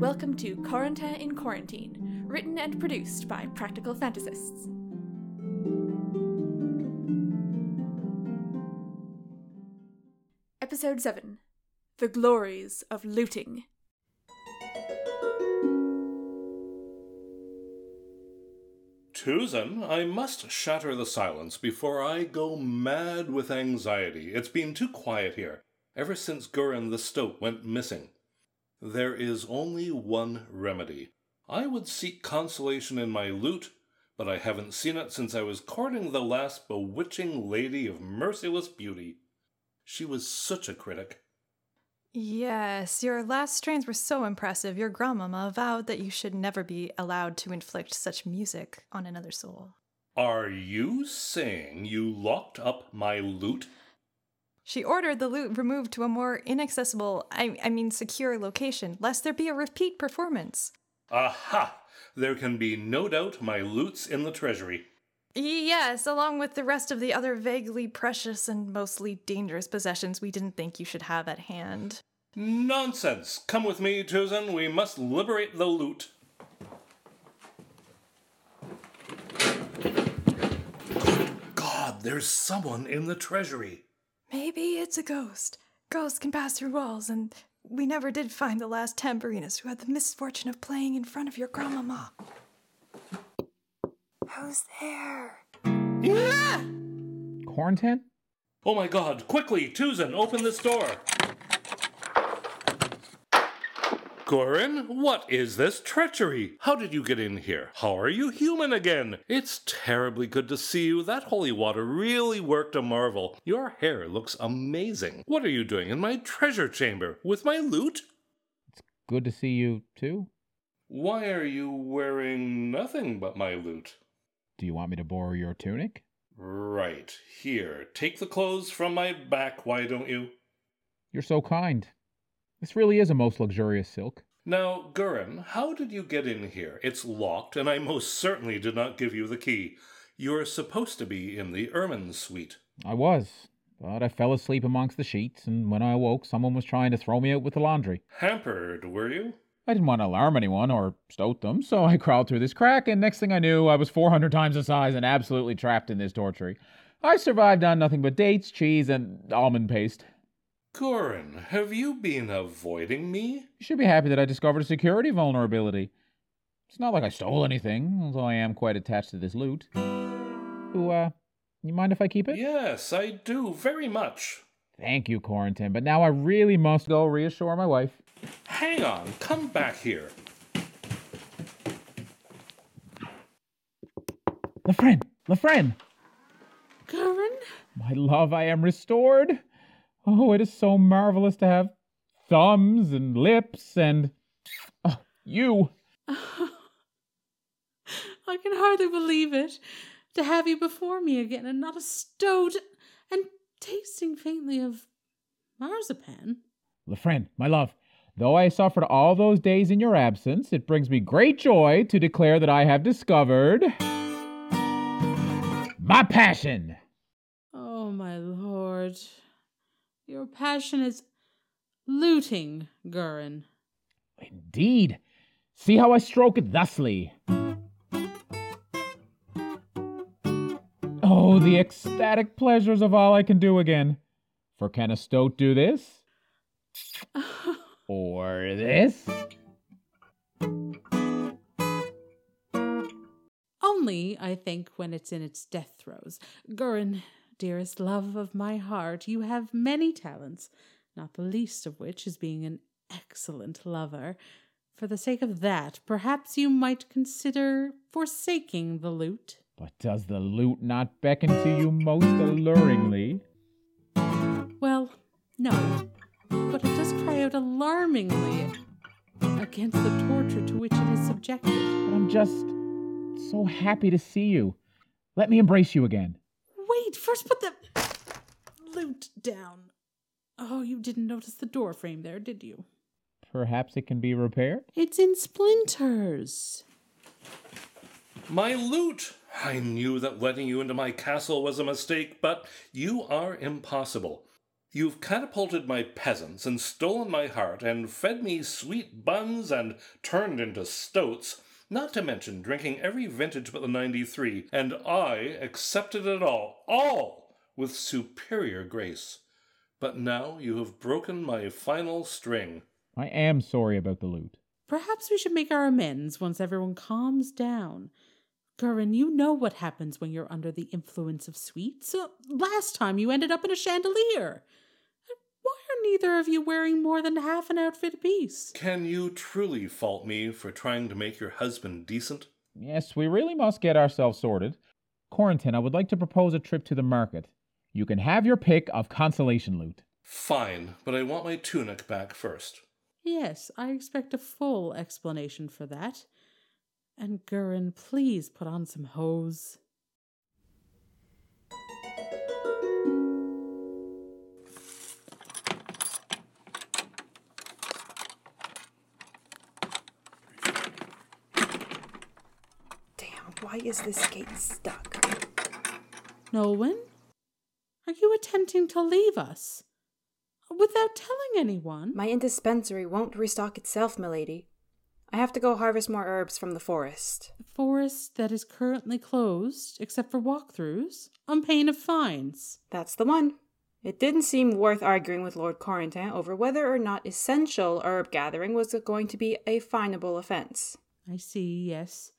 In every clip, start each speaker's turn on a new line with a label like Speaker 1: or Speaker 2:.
Speaker 1: welcome to Quaranta in Quarantine, written and produced by Practical Fantasists. Episode 7 The Glories of Looting.
Speaker 2: Susan, I must shatter the silence before I go mad with anxiety. It's been too quiet here ever since Gurin the Stoat went missing. There is only one remedy. I would seek consolation in my loot, but I haven't seen it since I was courting the last bewitching lady of merciless beauty. She was such a critic.
Speaker 3: Yes, your last strains were so impressive. Your grandmama vowed that you should never be allowed to inflict such music on another soul.
Speaker 2: Are you saying you locked up my loot?
Speaker 3: She ordered the loot removed to a more inaccessible, I, I mean secure location, lest there be a repeat performance.
Speaker 2: Aha! There can be no doubt my loot's in the treasury.
Speaker 3: Yes, along with the rest of the other vaguely precious and mostly dangerous possessions we didn't think you should have at hand.
Speaker 2: Nonsense! Come with me, Tuzan. We must liberate the loot. God, there's someone in the treasury.
Speaker 3: Maybe it's a ghost. Ghosts can pass through walls, and we never did find the last tambourinist who had the misfortune of playing in front of your grandmama.
Speaker 4: Who's there?
Speaker 5: Quarantine?
Speaker 2: Oh my god, quickly, Tuzan, open this door. Gorin, what is this treachery? How did you get in here? How are you human again? It's terribly good to see you. That holy water really worked a marvel. Your hair looks amazing. What are you doing in my treasure chamber with my loot?
Speaker 5: Good to see you too.
Speaker 2: Why are you wearing nothing but my loot?
Speaker 5: Do you want me to borrow your tunic?
Speaker 2: Right here. Take the clothes from my back, why don't you?
Speaker 5: You're so kind. This really is a most luxurious silk.
Speaker 2: Now, Gurin, how did you get in here? It's locked, and I most certainly did not give you the key. You're supposed to be in the Ermine suite.
Speaker 5: I was, but I fell asleep amongst the sheets, and when I awoke, someone was trying to throw me out with the laundry.
Speaker 2: Hampered, were you?
Speaker 5: I didn't want to alarm anyone or stoat them, so I crawled through this crack, and next thing I knew, I was 400 times the size and absolutely trapped in this torture. I survived on nothing but dates, cheese, and almond paste.
Speaker 2: Gorin, have you been avoiding me?
Speaker 5: You should be happy that I discovered a security vulnerability. It's not like I stole anything, although I am quite attached to this loot. Ooh, uh, you mind if I keep it?
Speaker 2: Yes, I do, very much.
Speaker 5: Thank you, Quarantine, but now I really must go reassure my wife.
Speaker 2: Hang on, come back here.
Speaker 5: Lefren! Lefren!
Speaker 1: Gurin?
Speaker 5: My love, I am restored! Oh, it is so marvelous to have thumbs and lips and. Oh, you!
Speaker 6: I can hardly believe it. To have you before me again and not a stoat and tasting faintly of marzipan.
Speaker 5: Lefren, my love, though I suffered all those days in your absence, it brings me great joy to declare that I have discovered my passion.
Speaker 6: Oh, my lord. Your passion is looting, Gurin.
Speaker 5: Indeed. See how I stroke it thusly. Oh, the ecstatic pleasures of all I can do again. For can a stoat do this? Or this?
Speaker 6: Only, I think, when it's in its death throes. Gurin, dearest love of my heart, you have many talents, not the least of which is being an excellent lover. For the sake of that, perhaps you might consider forsaking the loot.
Speaker 5: But does the lute not beckon to you most alluringly?
Speaker 6: Well, no, but it does cry out alarmingly against the torture to which it is subjected.
Speaker 5: But I'm just so happy to see you. Let me embrace you again.
Speaker 6: Wait, first put the loot down. Oh, you didn't notice the door frame there, did you?
Speaker 5: Perhaps it can be repaired?
Speaker 6: It's in splinters.
Speaker 2: My loot! I knew that letting you into my castle was a mistake, but you are impossible. You've catapulted my peasants and stolen my heart and fed me sweet buns and turned into stoats, not to mention drinking every vintage but the 93, and I accepted it all, all with superior grace. But now you have broken my final string.
Speaker 5: I am sorry about the loot.
Speaker 6: Perhaps we should make our amends once everyone calms down. Gurren, you know what happens when you're under the influence of sweets. Uh, Last time you ended up in a chandelier. And Why are neither of you wearing more than half an outfit apiece?
Speaker 2: Can you truly fault me for trying to make your husband decent?
Speaker 5: Yes, we really must get ourselves sorted. Corentin, I would like to propose a trip to the market. You can have your pick of consolation loot.
Speaker 2: Fine, but I want my tunic back first.
Speaker 6: Yes, I expect a full explanation for that. And Gurren, please put on some hose.
Speaker 4: Damn, why is this gate stuck?
Speaker 6: Nolwenn? Are you attempting to leave us? Without telling anyone?
Speaker 4: My inn dispensary won't restock itself, milady. I have to go harvest more herbs from the forest.
Speaker 6: The forest that is currently closed, except for walkthroughs, on pain of fines.
Speaker 4: That's the one. It didn't seem worth arguing with Lord Corentin over whether or not essential herb gathering was going to be a finable offense.
Speaker 6: I see, yes.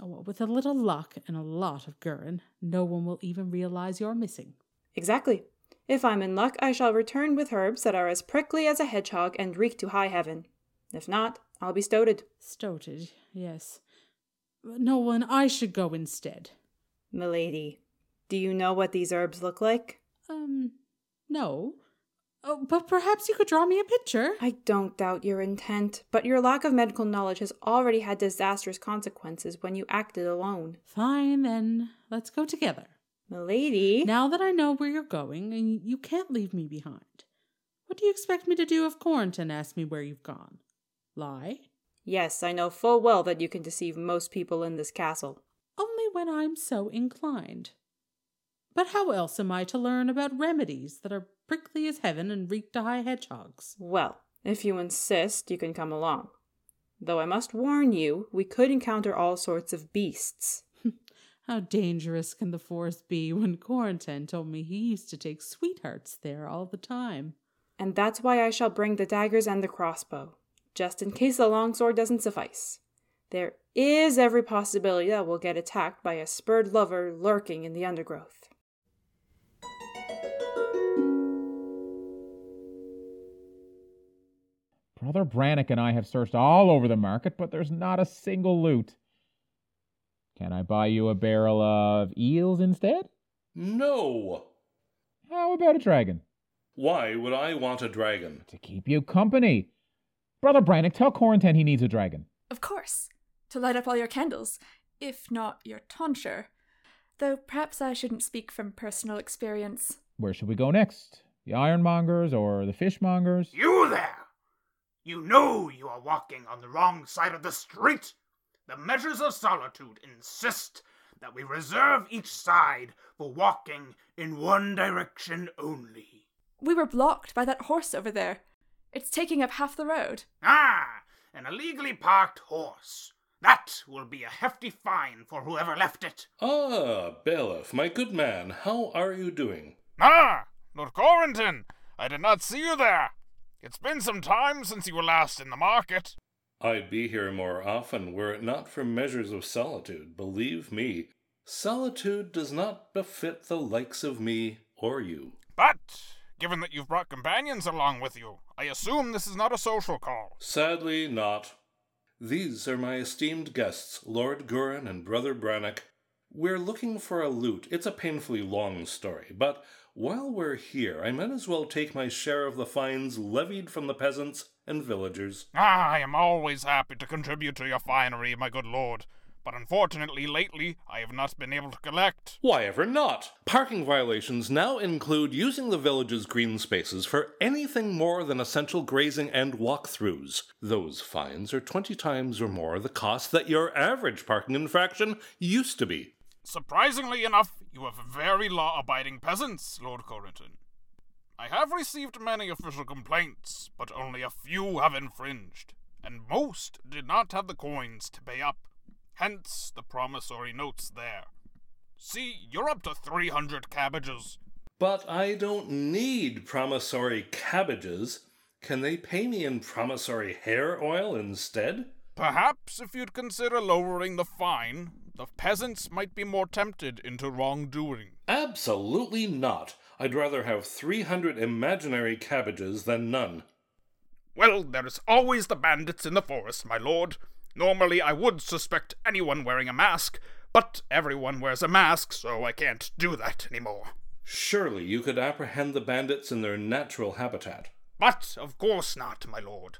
Speaker 6: Oh, with a little luck and a lot of Gurren, no one will even realize you're missing.
Speaker 4: Exactly. If I'm in luck, I shall return with herbs that are as prickly as a hedgehog and reek to high heaven. If not, I'll be stoated.
Speaker 6: Stoated, yes. No one, I should go instead.
Speaker 4: Milady, do you know what these herbs look like?
Speaker 6: Um, no. Oh, but perhaps you could draw me a picture.
Speaker 4: I don't doubt your intent, but your lack of medical knowledge has already had disastrous consequences when you acted alone.
Speaker 6: Fine, then. Let's go together.
Speaker 4: Milady,
Speaker 6: Now that I know where you're going, and you can't leave me behind, what do you expect me to do if Corentin asks me where you've gone? Lie?
Speaker 4: Yes, I know full well that you can deceive most people in this castle.
Speaker 6: Only when I'm so inclined. But how else am I to learn about remedies that are prickly as heaven and reek to high hedgehogs?
Speaker 4: Well, if you insist, you can come along. Though I must warn you, we could encounter all sorts of beasts.
Speaker 6: How dangerous can the forest be when Corentin told me he used to take sweethearts there all the time?
Speaker 4: And that's why I shall bring the daggers and the crossbow, just in case the longsword doesn't suffice. There is every possibility that we'll get attacked by a spurred lover lurking in the undergrowth.
Speaker 5: Brother Brannock and I have searched all over the market, but there's not a single loot. Can I buy you a barrel of eels instead?
Speaker 2: No!
Speaker 5: How about a dragon?
Speaker 2: Why would I want a dragon?
Speaker 5: To keep you company. Brother Brannock, tell Corentin he needs a dragon.
Speaker 1: Of course, to light up all your candles, if not your tonsure. Though perhaps I shouldn't speak from personal experience.
Speaker 5: Where should we go next? The ironmongers or the fishmongers?
Speaker 7: You there! You know you are walking on the wrong side of the street! The measures of solitude insist that we reserve each side for walking in one direction only.
Speaker 1: We were blocked by that horse over there. It's taking up half the road.
Speaker 7: Ah! An illegally parked horse. That will be a hefty fine for whoever left it.
Speaker 2: Ah, bailiff, my good man, how are you doing?
Speaker 8: Ah, Lord Corentin, I did not see you there. It's been some time since you were last in the market.
Speaker 2: I'd be here more often were it not for measures of solitude, believe me. Solitude does not befit the likes of me or you.
Speaker 8: But, given that you've brought companions along with you, I assume this is not a social call.
Speaker 2: Sadly, not. These are my esteemed guests, Lord Gurin and Brother Brannock. We're looking for a loot. It's a painfully long story, but while we're here, I might as well take my share of the fines levied from the peasants and villagers.
Speaker 8: Ah, I am always happy to contribute to your finery, my good lord. But unfortunately, lately, I have not been able to collect.
Speaker 2: Why ever not? Parking violations now include using the village's green spaces for anything more than essential grazing and walkthroughs. Those fines are 20 times or more the cost that your average parking infraction used to be.
Speaker 8: Surprisingly enough, you have very law abiding peasants, Lord Corentin. I have received many official complaints, but only a few have infringed, and most did not have the coins to pay up. Hence the promissory notes there. See, you're up to 300 cabbages.
Speaker 2: But I don't need promissory cabbages. Can they pay me in promissory hair oil instead?
Speaker 8: Perhaps if you'd consider lowering the fine, the peasants might be more tempted into wrongdoing.
Speaker 2: Absolutely not. I'd rather have 300 imaginary cabbages than none.
Speaker 8: Well, there is always the bandits in the forest, my lord. Normally, I would suspect anyone wearing a mask, but everyone wears a mask, so I can't do that anymore.
Speaker 2: Surely you could apprehend the bandits in their natural habitat.
Speaker 8: But of course not, my lord.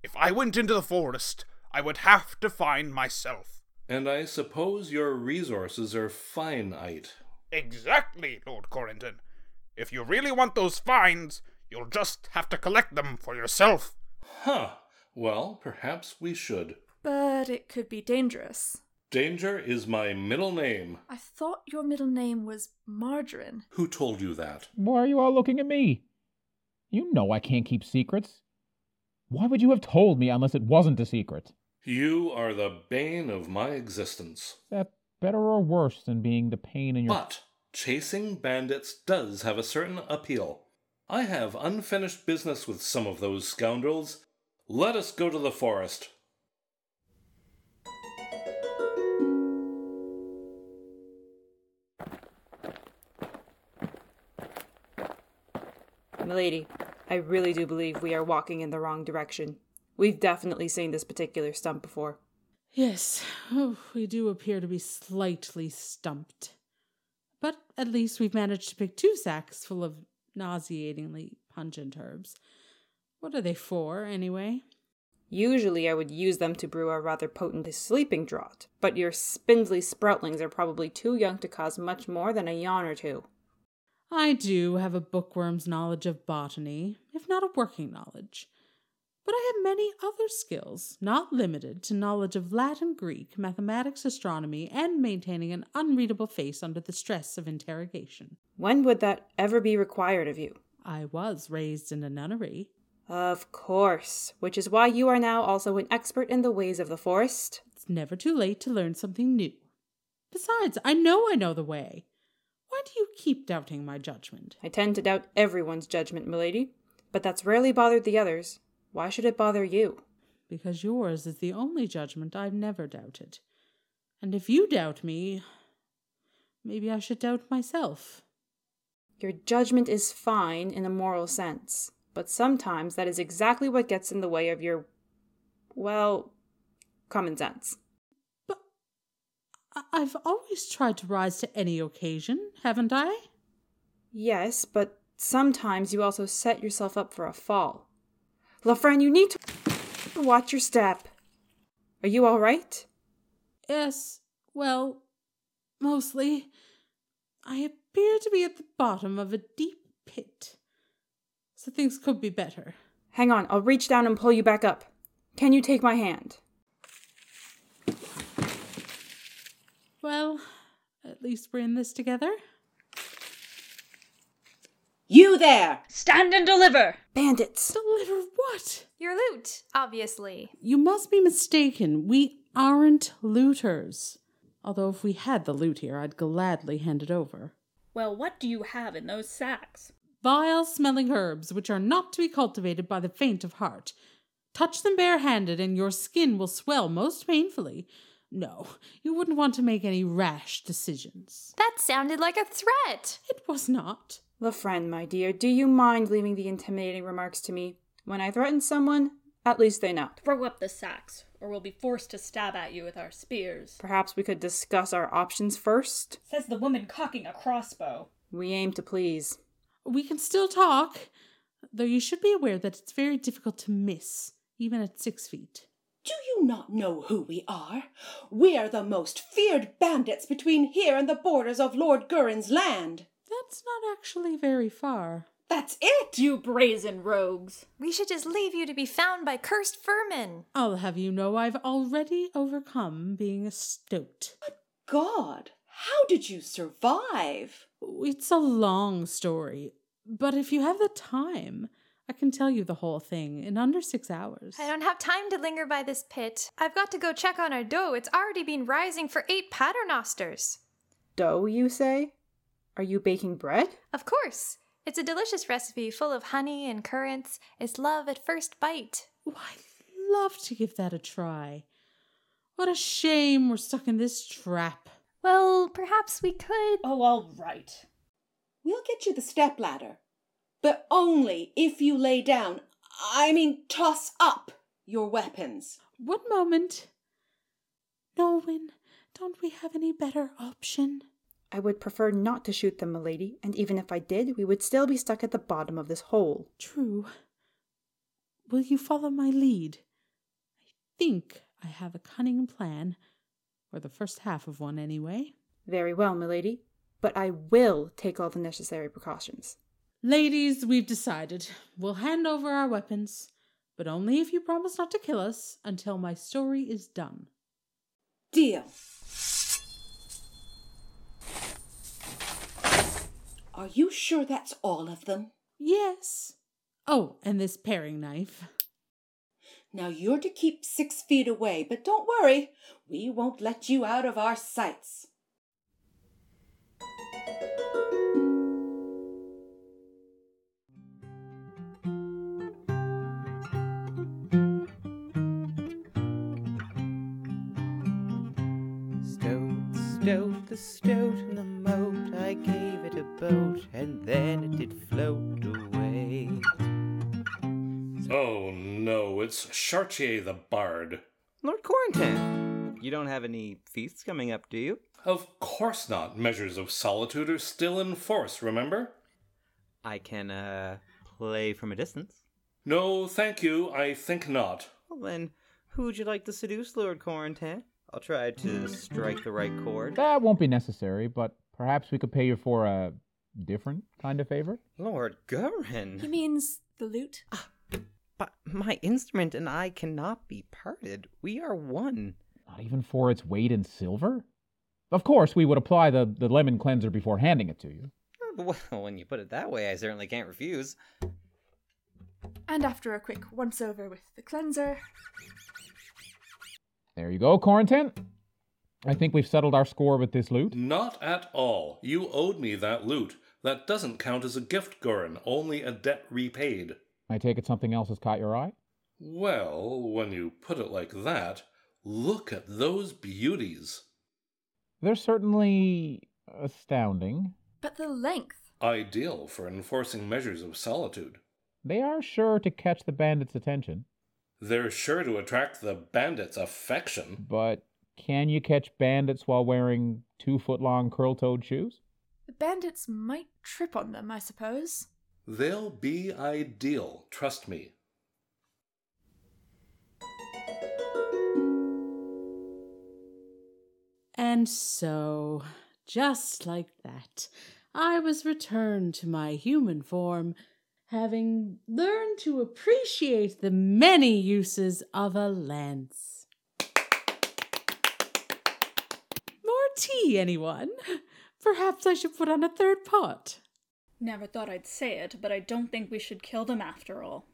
Speaker 8: If I went into the forest, I would have to find myself.
Speaker 2: And I suppose your resources are finite.
Speaker 8: Exactly, Lord Corrington. If you really want those finds, you'll just have to collect them for yourself.
Speaker 2: Huh. Well, perhaps we should.
Speaker 1: But it could be dangerous.
Speaker 2: Danger is my middle name.
Speaker 1: I thought your middle name was Margarine.
Speaker 2: Who told you that?
Speaker 5: Why are you all looking at me? You know I can't keep secrets. Why would you have told me unless it wasn't a secret?
Speaker 2: You are the bane of my existence.
Speaker 5: Is that better or worse than being the pain in your.
Speaker 2: But chasing bandits does have a certain appeal. I have unfinished business with some of those scoundrels. Let us go to the forest.
Speaker 4: Milady, I really do believe we are walking in the wrong direction. We've definitely seen this particular stump before.
Speaker 6: Yes, oh, we do appear to be slightly stumped. But at least we've managed to pick two sacks full of nauseatingly pungent herbs. What are they for, anyway?
Speaker 4: Usually I would use them to brew a rather potent sleeping draught, but your spindly sproutlings are probably too young to cause much more than a yawn or two.
Speaker 6: I do have a bookworm's knowledge of botany, if not a working knowledge. But I have many other skills, not limited to knowledge of Latin, Greek, mathematics, astronomy, and maintaining an unreadable face under the stress of interrogation.
Speaker 4: When would that ever be required of you?
Speaker 6: I was raised in a nunnery.
Speaker 4: Of course, which is why you are now also an expert in the ways of the forest.
Speaker 6: It's never too late to learn something new. Besides, I know I know the way. Why do you keep doubting my judgment?
Speaker 4: I tend to doubt everyone's judgment, milady, but that's rarely bothered the others. Why should it bother you?
Speaker 6: Because yours is the only judgment I've never doubted. And if you doubt me, maybe I should doubt myself.
Speaker 4: Your judgment is fine in a moral sense, but sometimes that is exactly what gets in the way of your, well, common sense.
Speaker 6: But I- I've always tried to rise to any occasion, haven't I?
Speaker 4: Yes, but sometimes you also set yourself up for a fall. Lafren, you need to watch your step. Are you all right?
Speaker 6: Yes, well, mostly. I appear to be at the bottom of a deep pit. So things could be better.
Speaker 4: Hang on, I'll reach down and pull you back up. Can you take my hand?
Speaker 6: Well, at least we're in this together.
Speaker 9: You there! Stand and deliver!
Speaker 4: Bandits!
Speaker 6: Deliver what?
Speaker 10: Your loot, obviously.
Speaker 6: You must be mistaken. We aren't looters. Although if we had the loot here, I'd gladly hand it over.
Speaker 9: Well, what do you have in those sacks?
Speaker 6: Vile smelling herbs, which are not to be cultivated by the faint of heart. Touch them barehanded, and your skin will swell most painfully. No, you wouldn't want to make any rash decisions.
Speaker 10: That sounded like a threat.
Speaker 6: It was not.
Speaker 4: Lafren, my dear, do you mind leaving the intimidating remarks to me? When I threaten someone, at least they know.
Speaker 9: Throw up the sacks, or we'll be forced to stab at you with our spears.
Speaker 4: Perhaps we could discuss our options first?
Speaker 9: Says the woman cocking a crossbow.
Speaker 4: We aim to please.
Speaker 6: We can still talk, though you should be aware that it's very difficult to miss, even at six feet.
Speaker 9: Do you not know who we are? We are the most feared bandits between here and the borders of Lord Gurin's land.
Speaker 6: That's not actually very far.
Speaker 9: That's it! You brazen rogues!
Speaker 10: We should just leave you to be found by cursed vermin.
Speaker 6: I'll have you know I've already overcome being a stoat.
Speaker 9: God, how did you survive?
Speaker 6: It's a long story, But if you have the time, I can tell you the whole thing in under six hours.
Speaker 10: I don't have time to linger by this pit. I've got to go check on our dough. It's already been rising for eight paternosters.
Speaker 4: Dough, you say? Are you baking bread?
Speaker 10: Of course, it's a delicious recipe full of honey and currants. It's love at first bite.
Speaker 6: Ooh, I'd love to give that a try. What a shame we're stuck in this trap.
Speaker 10: Well, perhaps we could.
Speaker 11: Oh, all right.
Speaker 9: We'll get you the step ladder, but only if you lay down, I mean, toss up your weapons.
Speaker 6: One moment. Nolwyn, don't we have any better option?
Speaker 4: I would prefer not to shoot them, milady, and even if I did, we would still be stuck at the bottom of this hole.
Speaker 6: True. Will you follow my lead? I think I have a cunning plan, or the first half of one anyway.
Speaker 4: Very well, milady, but I will take all the necessary precautions.
Speaker 6: Ladies, we've decided. We'll hand over our weapons, but only if you promise not to kill us until my story is done.
Speaker 9: Deal. Are you sure that's all of them?
Speaker 6: Yes. Oh, and this paring knife.
Speaker 9: Now you're to keep six feet away, but don't worry, we won't let you out of our sights.
Speaker 12: Stoat, stoat, the stoat in the moat. I gave it a boat, and then it did float away.
Speaker 2: Oh no, it's Chartier the Bard.
Speaker 12: Lord Quarantan, you don't have any feasts coming up, do you?
Speaker 2: Of course not. Measures of solitude are still in force, remember?
Speaker 12: I can, uh, play from a distance.
Speaker 2: No, thank you. I think not.
Speaker 12: Well then, who would you like to seduce, Lord Quarantan? I'll try to strike the right chord.
Speaker 5: That won't be necessary, but perhaps we could pay you for a different kind of favor.
Speaker 12: Lord Gurren!
Speaker 1: He means the lute?
Speaker 12: But my instrument and I cannot be parted. We are one.
Speaker 5: Not even for its weight in silver? Of course, we would apply the, the lemon cleanser before handing it to you.
Speaker 12: Well, when you put it that way, I certainly can't refuse.
Speaker 1: And after a quick once over with the cleanser,
Speaker 5: There you go, Quarantine. I think we've settled our score with this loot.
Speaker 2: Not at all. You owed me that loot. That doesn't count as a gift, Gurren, only a debt repaid.
Speaker 5: I take it something else has caught your eye?
Speaker 2: Well, when you put it like that, look at those beauties.
Speaker 5: They're certainly astounding.
Speaker 1: but the length.
Speaker 2: Ideal for enforcing measures of solitude.
Speaker 5: They are sure to catch the bandit's attention,
Speaker 2: They're sure to attract the bandits' affection.
Speaker 5: but can you catch bandits while wearing two foot long curl toed shoes?
Speaker 1: The bandits might trip on them, I suppose.
Speaker 2: They'll be ideal, trust me.
Speaker 6: And so, just like that, I was returned to my human form, having learned to appreciate the many uses of a lance. More tea, anyone? Perhaps I should put on a third pot.
Speaker 11: Never thought I'd say it, but I don't think we should kill them after all.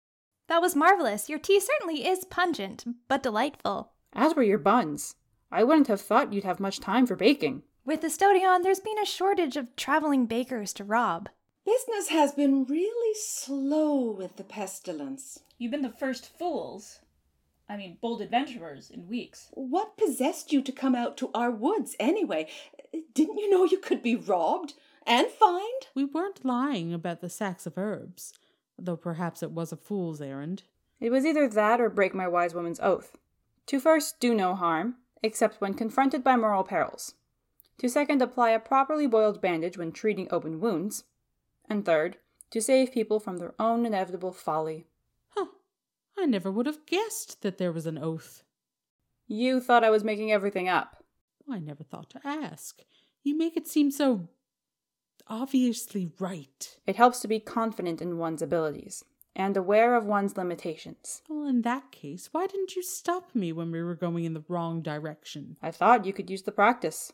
Speaker 10: That was marvelous. Your tea certainly is pungent, but delightful.
Speaker 4: As were your buns. I wouldn't have thought you'd have much time for baking.
Speaker 10: With Estodion, there's been a shortage of traveling bakers to rob.
Speaker 9: Business has been really slow with the pestilence.
Speaker 11: You've been the first fools. I mean, bold adventurers in weeks.
Speaker 9: What possessed you to come out to our woods anyway? Didn't you know you could be robbed and fined?
Speaker 6: We weren't lying about the sacks of herbs, though perhaps it was a fool's errand.
Speaker 4: It was either that or break my wise woman's oath. To first, do no harm, except when confronted by moral perils. To second, apply a properly boiled bandage when treating open wounds. And third, to save people from their own inevitable folly.
Speaker 6: Huh, I never would have guessed that there was an oath.
Speaker 4: You thought I was making everything up.
Speaker 6: Oh, I never thought to ask. You make it seem so obviously right.
Speaker 4: It helps to be confident in one's abilities and aware of one's limitations.
Speaker 6: Well, in that case, why didn't you stop me when we were going in the wrong direction?
Speaker 4: I thought you could use the practice.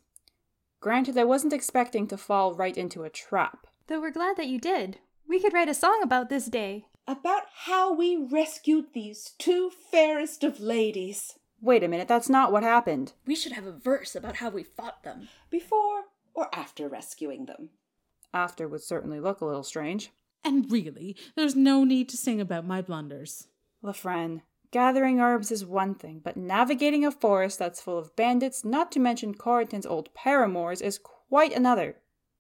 Speaker 4: Granted, I wasn't expecting to fall right into a trap.
Speaker 10: Though we're glad that you did. We could write a song about this day.
Speaker 9: About how we rescued these two fairest of ladies.
Speaker 4: Wait a minute, that's not what happened.
Speaker 11: We should have a verse about how we fought them.
Speaker 9: Before or after rescuing them.
Speaker 4: After would certainly look a little strange.
Speaker 6: And really, there's no need to sing about my blunders.
Speaker 4: Lefren, gathering herbs is one thing, but navigating a forest that's full of bandits, not to mention Corriton's old paramours, is quite another.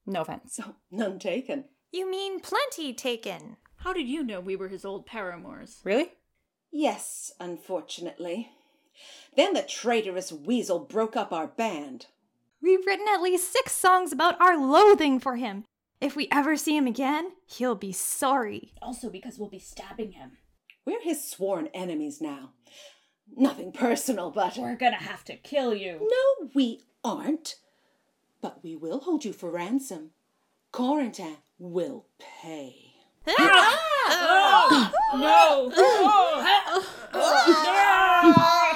Speaker 4: No offense.
Speaker 9: So, none taken.
Speaker 10: You mean plenty taken.
Speaker 11: How did you know we were his old paramours?
Speaker 4: Really?
Speaker 9: Yes, unfortunately. Then the traitorous weasel broke up our band.
Speaker 10: We've written at least six songs about our loathing for him. If we ever see him again, he'll be sorry.
Speaker 11: Also, because we'll be stabbing him.
Speaker 9: We're his sworn enemies now. Nothing personal, but.
Speaker 11: We're gonna have to kill you.
Speaker 9: No, we aren't. But we will hold you for ransom. Corentin will pay.
Speaker 6: Ah!
Speaker 11: No!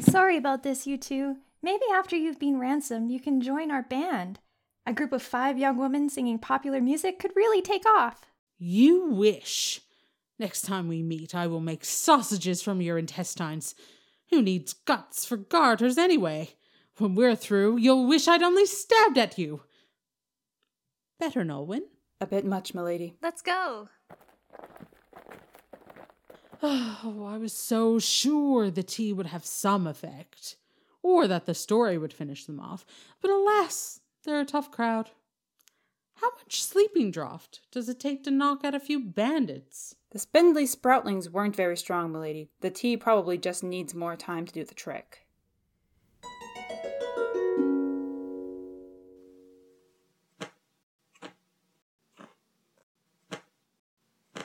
Speaker 10: Sorry about this, you two. Maybe after you've been ransomed, you can join our band. A group of five young women singing popular music could really take off.
Speaker 6: You wish. Next time we meet, I will make sausages from your intestines. Who needs guts for garters anyway? When we're through, you'll wish I'd only stabbed at you. Better, Nolwyn.
Speaker 4: A bit much, milady.
Speaker 10: Let's go.
Speaker 6: Oh, I was so sure the tea would have some effect, or that the story would finish them off. But alas, they're a tough crowd. How much sleeping draught does it take to knock out a few bandits?
Speaker 4: The spindly sproutlings weren't very strong, milady. The tea probably just needs more time to do the trick.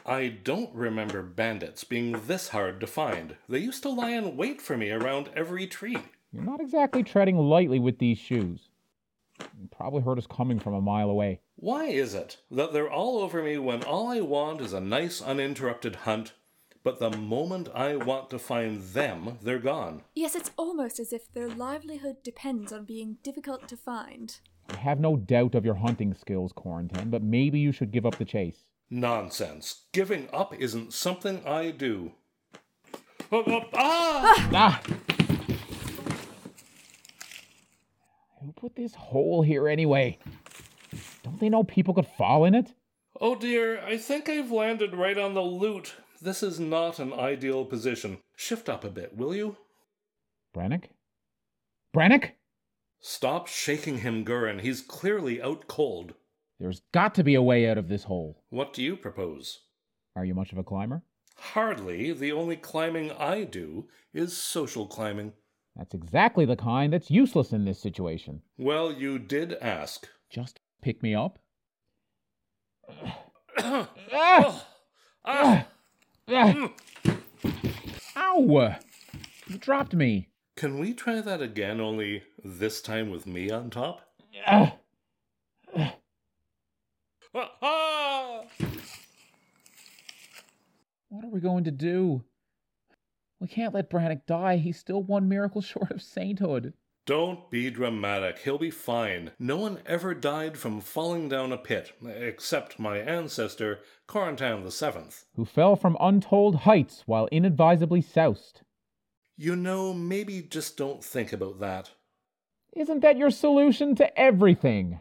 Speaker 2: I don't remember bandits being this hard to find. They used to lie in wait for me around every tree.
Speaker 5: You're not exactly treading lightly with these shoes. You probably heard us coming from a mile away.
Speaker 2: Why is it that they're all over me when all I want is a nice, uninterrupted hunt, but the moment I want to find them, they're gone?
Speaker 1: Yes, it's almost as if their livelihood depends on being difficult to find.
Speaker 5: I have no doubt of your hunting skills, Corentin, but maybe you should give up the chase.
Speaker 2: Nonsense. Giving up isn't something I do. Oh, oh, ah!
Speaker 5: Ah! Who put this hole here anyway? Don't they know people could fall in it?
Speaker 2: Oh dear, I think I've landed right on the loot. This is not an ideal position. Shift up a bit, will you?
Speaker 5: Brannick? Brannick?
Speaker 2: Stop shaking him, Gurren. He's clearly out cold.
Speaker 5: There's got to be a way out of this hole.
Speaker 2: What do you propose?
Speaker 5: Are you much of a climber?
Speaker 2: Hardly. The only climbing I do is social climbing.
Speaker 5: That's exactly the kind that's useless in this situation.
Speaker 2: Well, you did ask.
Speaker 5: Just pick me up.
Speaker 2: Ah! Ah!
Speaker 5: Ah! Ow! You dropped me.
Speaker 2: Can we try that again, only this time with me on top?
Speaker 5: Ah!
Speaker 2: Ah!
Speaker 5: What are we going to do? We can't let Brannick die. He's still one miracle short of sainthood.
Speaker 2: Don't be dramatic. He'll be fine. No one ever died from falling down a pit, except my ancestor, Corentin the Seventh.
Speaker 5: Who fell from untold heights while inadvisably soused.
Speaker 2: You know, maybe just don't think about that.
Speaker 5: Isn't that your solution to everything?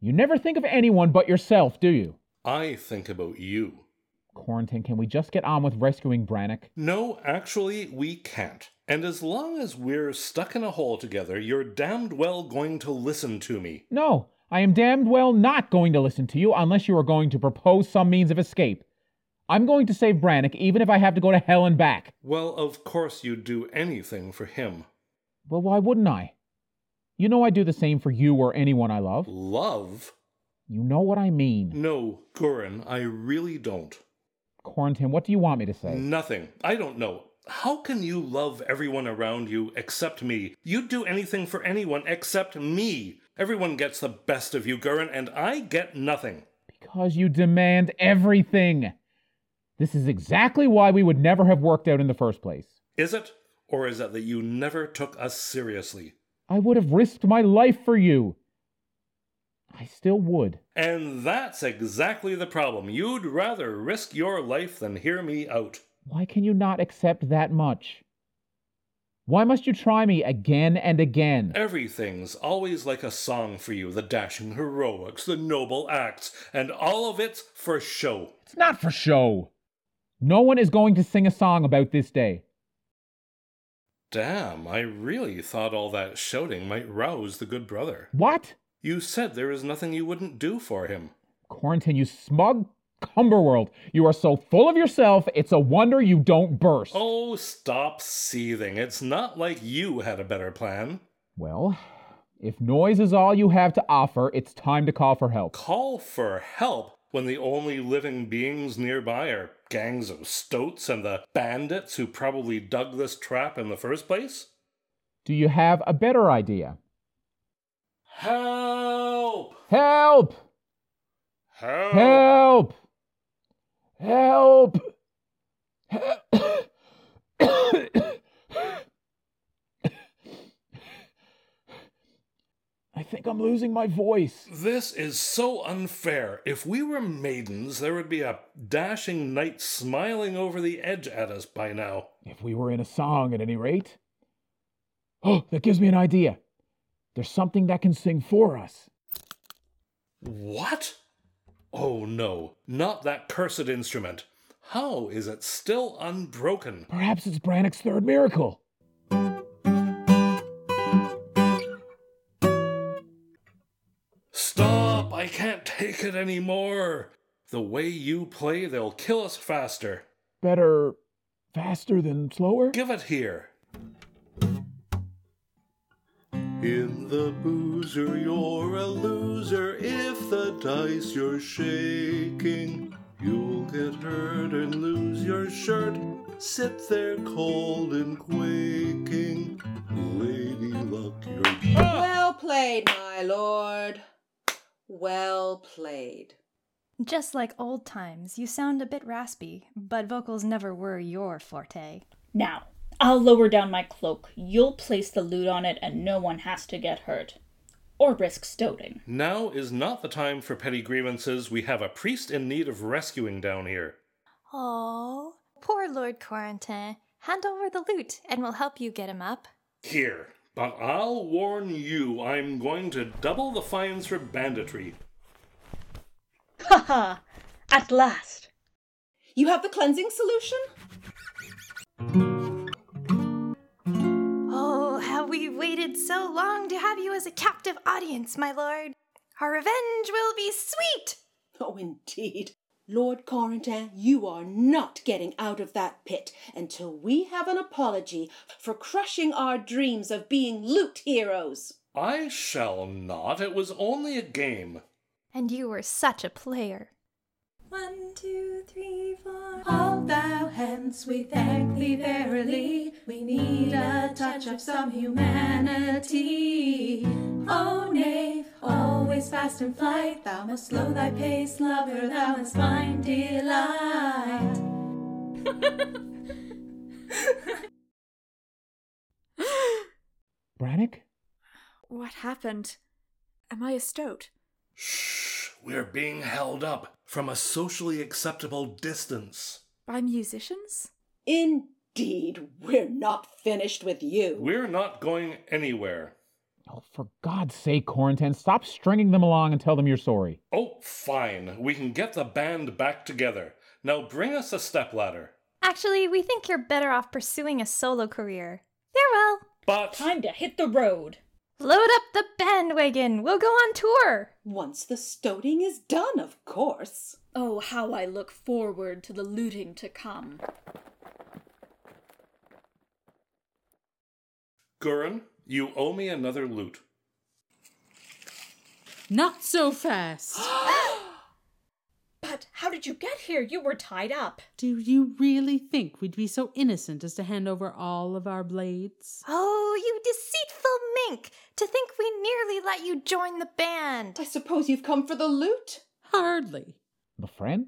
Speaker 5: You never think of anyone but yourself, do you?
Speaker 2: I think about you.
Speaker 5: Quarantine, can we just get on with rescuing Brannick?
Speaker 2: No, actually, we can't. And as long as we're stuck in a hole together, you're damned well going to listen to me.
Speaker 5: No, I am damned well not going to listen to you unless you are going to propose some means of escape. I'm going to save Brannick even if I have to go to hell and back.
Speaker 2: Well, of course you'd do anything for him.
Speaker 5: Well, why wouldn't I? You know I do the same for you or anyone I love.
Speaker 2: Love?
Speaker 5: You know what I mean.
Speaker 2: No, Gurren, I really don't.
Speaker 5: Quarantine, what do you want me to say?
Speaker 2: Nothing. I don't know. How can you love everyone around you except me? You'd do anything for anyone except me. Everyone gets the best of you, Gurren, and I get nothing.
Speaker 5: Because you demand everything. This is exactly why we would never have worked out in the first place.
Speaker 2: Is it? Or is it that you never took us seriously?
Speaker 5: I would have risked my life for you. I still would.
Speaker 2: And that's exactly the problem. You'd rather risk your life than hear me out.
Speaker 5: Why can you not accept that much? Why must you try me again and again?
Speaker 2: Everything's always like a song for you the dashing heroics, the noble acts, and all of it's for show.
Speaker 5: It's not for show. No one is going to sing a song about this day.
Speaker 2: Damn, I really thought all that shouting might rouse the good brother.
Speaker 5: What?
Speaker 2: You said there is nothing you wouldn't do for him.
Speaker 5: Quarantine, you smug Cumberworld. You are so full of yourself, it's a wonder you don't burst.
Speaker 2: Oh, stop seething. It's not like you had a better plan.
Speaker 5: Well, if noise is all you have to offer, it's time to call for help.
Speaker 2: Call for help when the only living beings nearby are gangs of stoats and the bandits who probably dug this trap in the first place?
Speaker 5: Do you have a better idea?
Speaker 2: Help!
Speaker 5: Help!
Speaker 2: Help!
Speaker 5: Help! Help! I think I'm losing my voice.
Speaker 2: This is so unfair. If we were maidens, there would be a dashing knight smiling over the edge at us by now.
Speaker 5: If we were in a song, at any rate. Oh, that gives me an idea. There's something that can sing for us.
Speaker 2: What? Oh no, not that cursed instrument. How is it still unbroken?
Speaker 5: Perhaps it's Brannock's third miracle.
Speaker 2: Stop! I can't take it anymore! The way you play, they'll kill us faster.
Speaker 5: Better faster than slower?
Speaker 2: Give it here.
Speaker 13: In the boozer, you're a loser. If the dice you're shaking, you'll get hurt and lose your shirt. Sit there cold and quaking. Lady luck, you're.
Speaker 2: Ah!
Speaker 9: Well played, my lord. Well played.
Speaker 10: Just like old times, you sound a bit raspy, but vocals never were your forte.
Speaker 11: Now, I'll lower down my cloak. You'll place the loot on it, and no one has to get hurt. Or risk stoning.
Speaker 2: Now is not the time for petty grievances. We have a priest in need of rescuing down here.
Speaker 10: Oh, poor Lord Quarantin. Hand over the loot, and we'll help you get him up.
Speaker 2: Here, but I'll warn you, I'm going to double the fines for banditry.
Speaker 11: Ha ha! At last!
Speaker 9: You have the cleansing solution?
Speaker 10: Oh, how we waited so long to have you as a captive audience, my lord. Our revenge will be sweet!
Speaker 9: Oh, indeed. Lord Corentin, you are not getting out of that pit until we have an apology for crushing our dreams of being loot heroes.
Speaker 2: I shall not. It was only a game.
Speaker 10: And you were such a player.
Speaker 14: One, two, three, four. All thou hence we thank thee verily. We need a touch of some humanity. Oh, knave, always fast in flight. Thou must slow thy pace, lover, thou must find delight.
Speaker 5: Brannick?
Speaker 1: What happened? Am I a stoat?
Speaker 2: Shh, we're being held up from a socially acceptable distance.
Speaker 1: By musicians?
Speaker 9: Indeed, we're not finished with you.
Speaker 2: We're not going anywhere.
Speaker 5: Oh, for God's sake, Quarantine, stop stringing them along and tell them you're sorry.
Speaker 2: Oh, fine. We can get the band back together. Now bring us a stepladder.
Speaker 10: Actually, we think you're better off pursuing a solo career. Farewell!
Speaker 2: But.
Speaker 11: Time to hit the road!
Speaker 10: Load up the bandwagon! We'll go on tour!
Speaker 9: Once the stoating is done, of course.
Speaker 11: Oh, how I look forward to the looting to come.
Speaker 2: Gurren, you owe me another loot.
Speaker 6: Not so fast.
Speaker 11: But how did you get here? You were tied up.
Speaker 6: Do you really think we'd be so innocent as to hand over all of our blades?
Speaker 10: Oh, you deceitful mink! To think we nearly let you join the band!
Speaker 9: I suppose you've come for the loot?
Speaker 6: Hardly.
Speaker 5: The friend?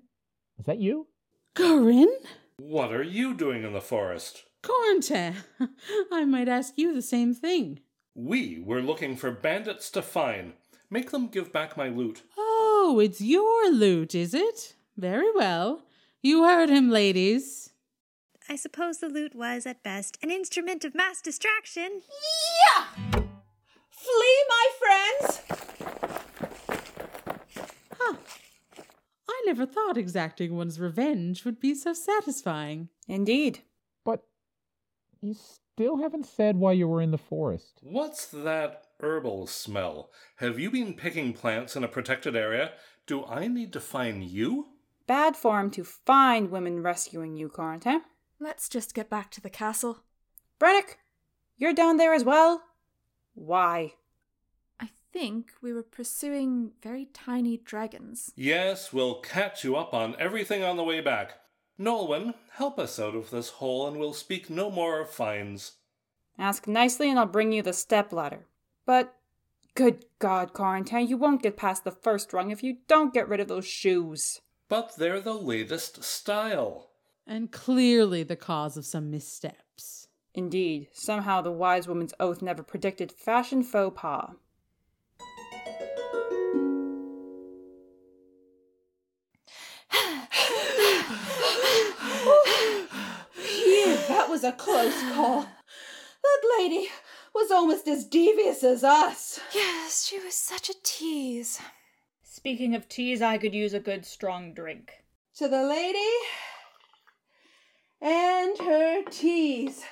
Speaker 5: Is that you?
Speaker 6: Corin?
Speaker 2: What are you doing in the forest?
Speaker 6: Corinta, I might ask you the same thing.
Speaker 2: We were looking for bandits to fine. Make them give back my loot.
Speaker 6: Oh, it's your loot, is it? Very well. You heard him, ladies.
Speaker 15: I suppose the lute was, at best, an instrument of mass distraction.
Speaker 9: Yeah! Flee, my friends!
Speaker 6: I never thought exacting one's revenge would be so satisfying.
Speaker 4: Indeed.
Speaker 5: But you still haven't said why you were in the forest.
Speaker 2: What's that herbal smell? Have you been picking plants in a protected area? Do I need to find you?
Speaker 4: Bad form to find women rescuing you, Corentin.
Speaker 1: Let's just get back to the castle.
Speaker 4: Brennick, you're down there as well. Why?
Speaker 1: I think we were pursuing very tiny dragons.
Speaker 2: Yes, we'll catch you up on everything on the way back. Nolwyn, help us out of this hole and we'll speak no more of fines.
Speaker 4: Ask nicely and I'll bring you the step ladder. But, good God, Corentin, you won't get past the first rung if you don't get rid of those shoes.
Speaker 2: But they're the latest style.
Speaker 6: And clearly the cause of some missteps.
Speaker 4: Indeed, somehow the wise woman's oath never predicted fashion faux pas.
Speaker 9: Phew, that was a close call. That lady was almost as devious as us.
Speaker 10: Yes, she was such a tease.
Speaker 11: Speaking of teas, I could use a good strong drink.
Speaker 9: To the lady and her teas.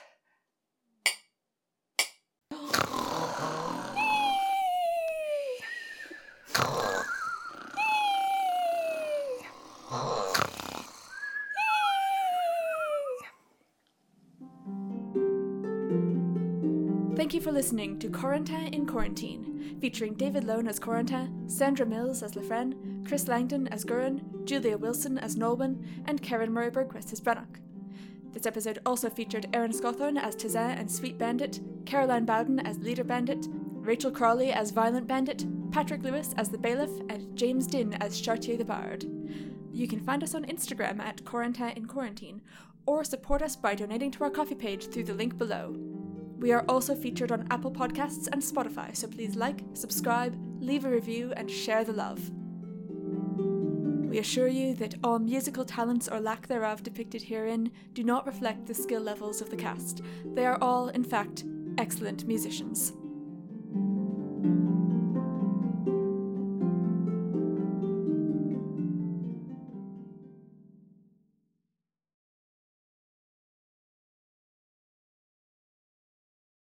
Speaker 1: Thank you for listening to Corentin in Quarantine, featuring David Lone as Corentin, Sandra Mills as Lefren, Chris Langdon as Gurren, Julia Wilson as Nolwyn, and Karen Murray Bergquist as Brannock. This episode also featured Aaron Scawthorne as Tazan and Sweet Bandit, Caroline Bowden as Leader Bandit, Rachel Crawley as Violent Bandit, Patrick Lewis as the Bailiff, and James Din as Chartier the Bard. You can find us on Instagram at Quarantine in Quarantine, or support us by donating to our coffee page through the link below. We are also featured on Apple Podcasts and Spotify, so please like, subscribe, leave a review, and share the love. We assure you that all musical talents or lack thereof depicted herein do not reflect the skill levels of the cast. They are all, in fact, excellent musicians.